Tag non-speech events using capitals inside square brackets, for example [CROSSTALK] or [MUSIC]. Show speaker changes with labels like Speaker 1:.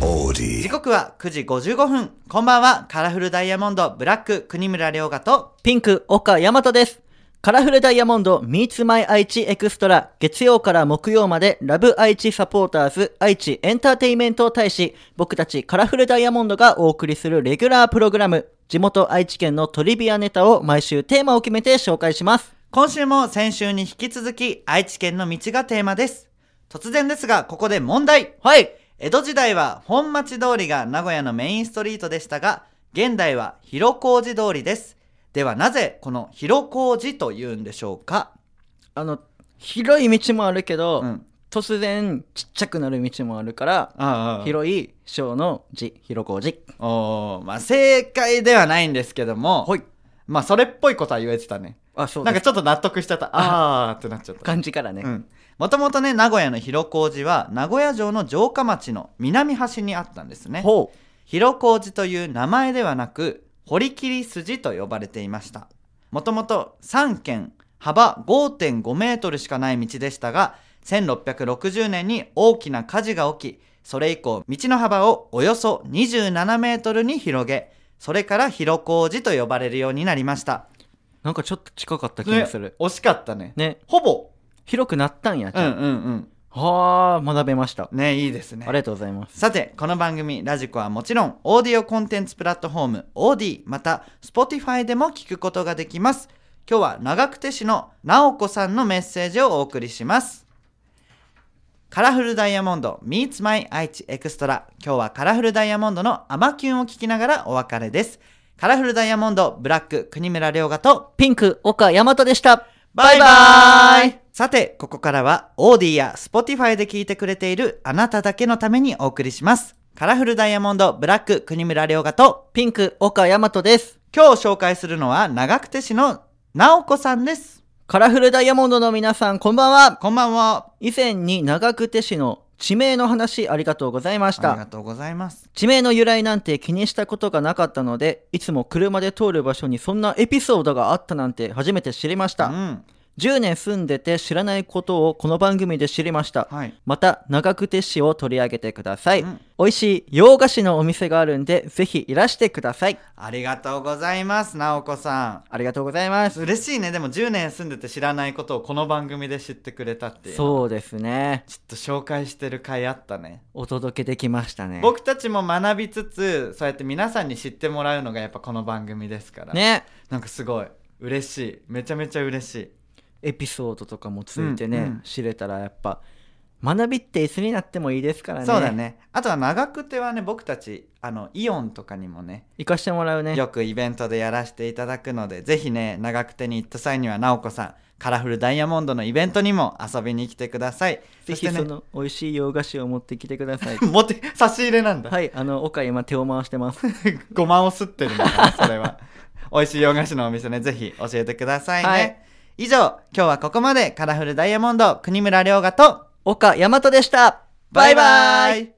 Speaker 1: melody.
Speaker 2: 時刻は9時55分こんばんはカラフルダイヤモンドブラック国村良賀と
Speaker 3: ピンク、岡、大和です。カラフルダイヤモンド、Meets My 愛知エクストラ、月曜から木曜まで、ラブ愛知サポーターズ、愛知エンターテイメントを大使、僕たちカラフルダイヤモンドがお送りするレギュラープログラム、地元愛知県のトリビアネタを毎週テーマを決めて紹介します。
Speaker 2: 今週も先週に引き続き愛知県の道がテーマです突然ですがここで問題
Speaker 3: はい。
Speaker 2: 江戸時代は本町通りが名古屋のメインストリートでしたが現代は広小路通りですではなぜこの広小路というんでしょうか
Speaker 3: あの、広い道もあるけど、
Speaker 2: うん
Speaker 3: 突然ちっちゃくなる道もあるから、
Speaker 2: あ広
Speaker 3: 広い小の字、広小字。
Speaker 2: おーまあ正解ではないんですけども
Speaker 3: はい。
Speaker 2: まあそれっぽいことは言えてたね
Speaker 3: あ、そう
Speaker 2: な
Speaker 3: で
Speaker 2: んか
Speaker 3: す。
Speaker 2: ちょっと納得しちゃったあーってなっちゃった
Speaker 3: 漢字からね。
Speaker 2: もともとね名古屋の広小路は名古屋城の城下町の南端にあったんですね
Speaker 3: ほう。
Speaker 2: 広小路という名前ではなく堀切筋と呼ばれていましたもともと3軒幅5.5メートルしかない道でしたが1660年に大きな火事が起きそれ以降道の幅をおよそ27メートルに広げそれから広小路と呼ばれるようになりました
Speaker 3: なんかちょっと近かった気
Speaker 2: ね
Speaker 3: がする。
Speaker 2: 惜しかったね
Speaker 3: ね。
Speaker 2: ほぼ
Speaker 3: 広くなったんや。じ
Speaker 2: うん
Speaker 3: ゃ
Speaker 2: う
Speaker 3: あ
Speaker 2: ん
Speaker 3: はあ、学べました。
Speaker 2: うんねいいですね
Speaker 3: ありがとうございます。
Speaker 2: さてこの番組ラジコはもちろんオーディオコンテンツプラットフォームオーディまた Spotify でも聞くことができます今日は長久手市の直子さんのメッセージをお送りしますカラフルダイヤモンド Meets My 愛知エクストラ今日はカラフルダイヤモンドのアマキュンを聞きながらお別れですカラフルダイヤモンドブラック国村良賀と
Speaker 3: ピンク、岡、大和でした。
Speaker 2: バ
Speaker 3: バ
Speaker 2: イ
Speaker 3: イ
Speaker 2: バー
Speaker 3: バー
Speaker 2: イさて、ここからは、オーディや Spotify で聞いてくれているあなただけのためにお送りします。カラフルダイヤモンド、ブラック、国村良賀と、
Speaker 3: ピンク、岡、大和です。
Speaker 2: 今日紹介するのは、長久手市の直子さんです。
Speaker 3: カラフルダイヤモンドの皆さん、こんばんは。
Speaker 2: こんばんは。
Speaker 3: 以前に長久手市の地名の話ありがとうございまし
Speaker 2: あり
Speaker 3: た
Speaker 2: が。とうございます。
Speaker 3: 地名の由来なんて気にしたことがなかったので、いつも車で通る場所にそんなエピソードがあったなんて初めて知りまし
Speaker 2: う
Speaker 3: た。
Speaker 2: ん。
Speaker 3: 10年住んでて知らないことをこの番組で知りました。
Speaker 2: はい。
Speaker 3: また長久手市を取り上げてください、
Speaker 2: うん
Speaker 3: 美味しい洋菓子のお店があるんでぜひいらしてください
Speaker 2: ありがとうございます、直子さ
Speaker 3: ありがとうございます
Speaker 2: ん。嬉しいね。でも10年住んでて知らないことをこの番組で知ってくれたっていう。う。
Speaker 3: そうですね
Speaker 2: ちょっと紹介してる回あったね。
Speaker 3: お届けできましたね
Speaker 2: 僕たちも学びつつそうやって皆さんに知ってもらうのがやっぱこの番組ですから、
Speaker 3: ね
Speaker 2: なんかすごい嬉しいめちゃめちゃ嬉しい
Speaker 3: エピソードとかもついてね、
Speaker 2: うんうん
Speaker 3: 知れたらやっぱ学びっていつになってもいいですからね
Speaker 2: そうだねあとは長久手はね僕たちあのイオンとかにもね
Speaker 3: 行かしてもらうね
Speaker 2: よくイベントでやらせていただくのでぜひね長久手に行った際には直子さんカラフルダイヤモンドのイベントにも遊びに来てください
Speaker 3: ぜひ
Speaker 2: そして
Speaker 3: そ
Speaker 2: ね
Speaker 3: の美味しい洋菓子を持ってきてください
Speaker 2: [LAUGHS] 持って差し入れなんだ、
Speaker 3: はいあの岡今手を回してます
Speaker 2: [LAUGHS] ごまをすってるんだからそれ
Speaker 3: [LAUGHS]
Speaker 2: は美味しい洋菓子のお店ねぜひ教えてくださいね、
Speaker 3: はい
Speaker 2: 以上今日はここまでカラフルダイヤモンド国村良賀と
Speaker 3: 岡大和でしたバイバイ
Speaker 2: イ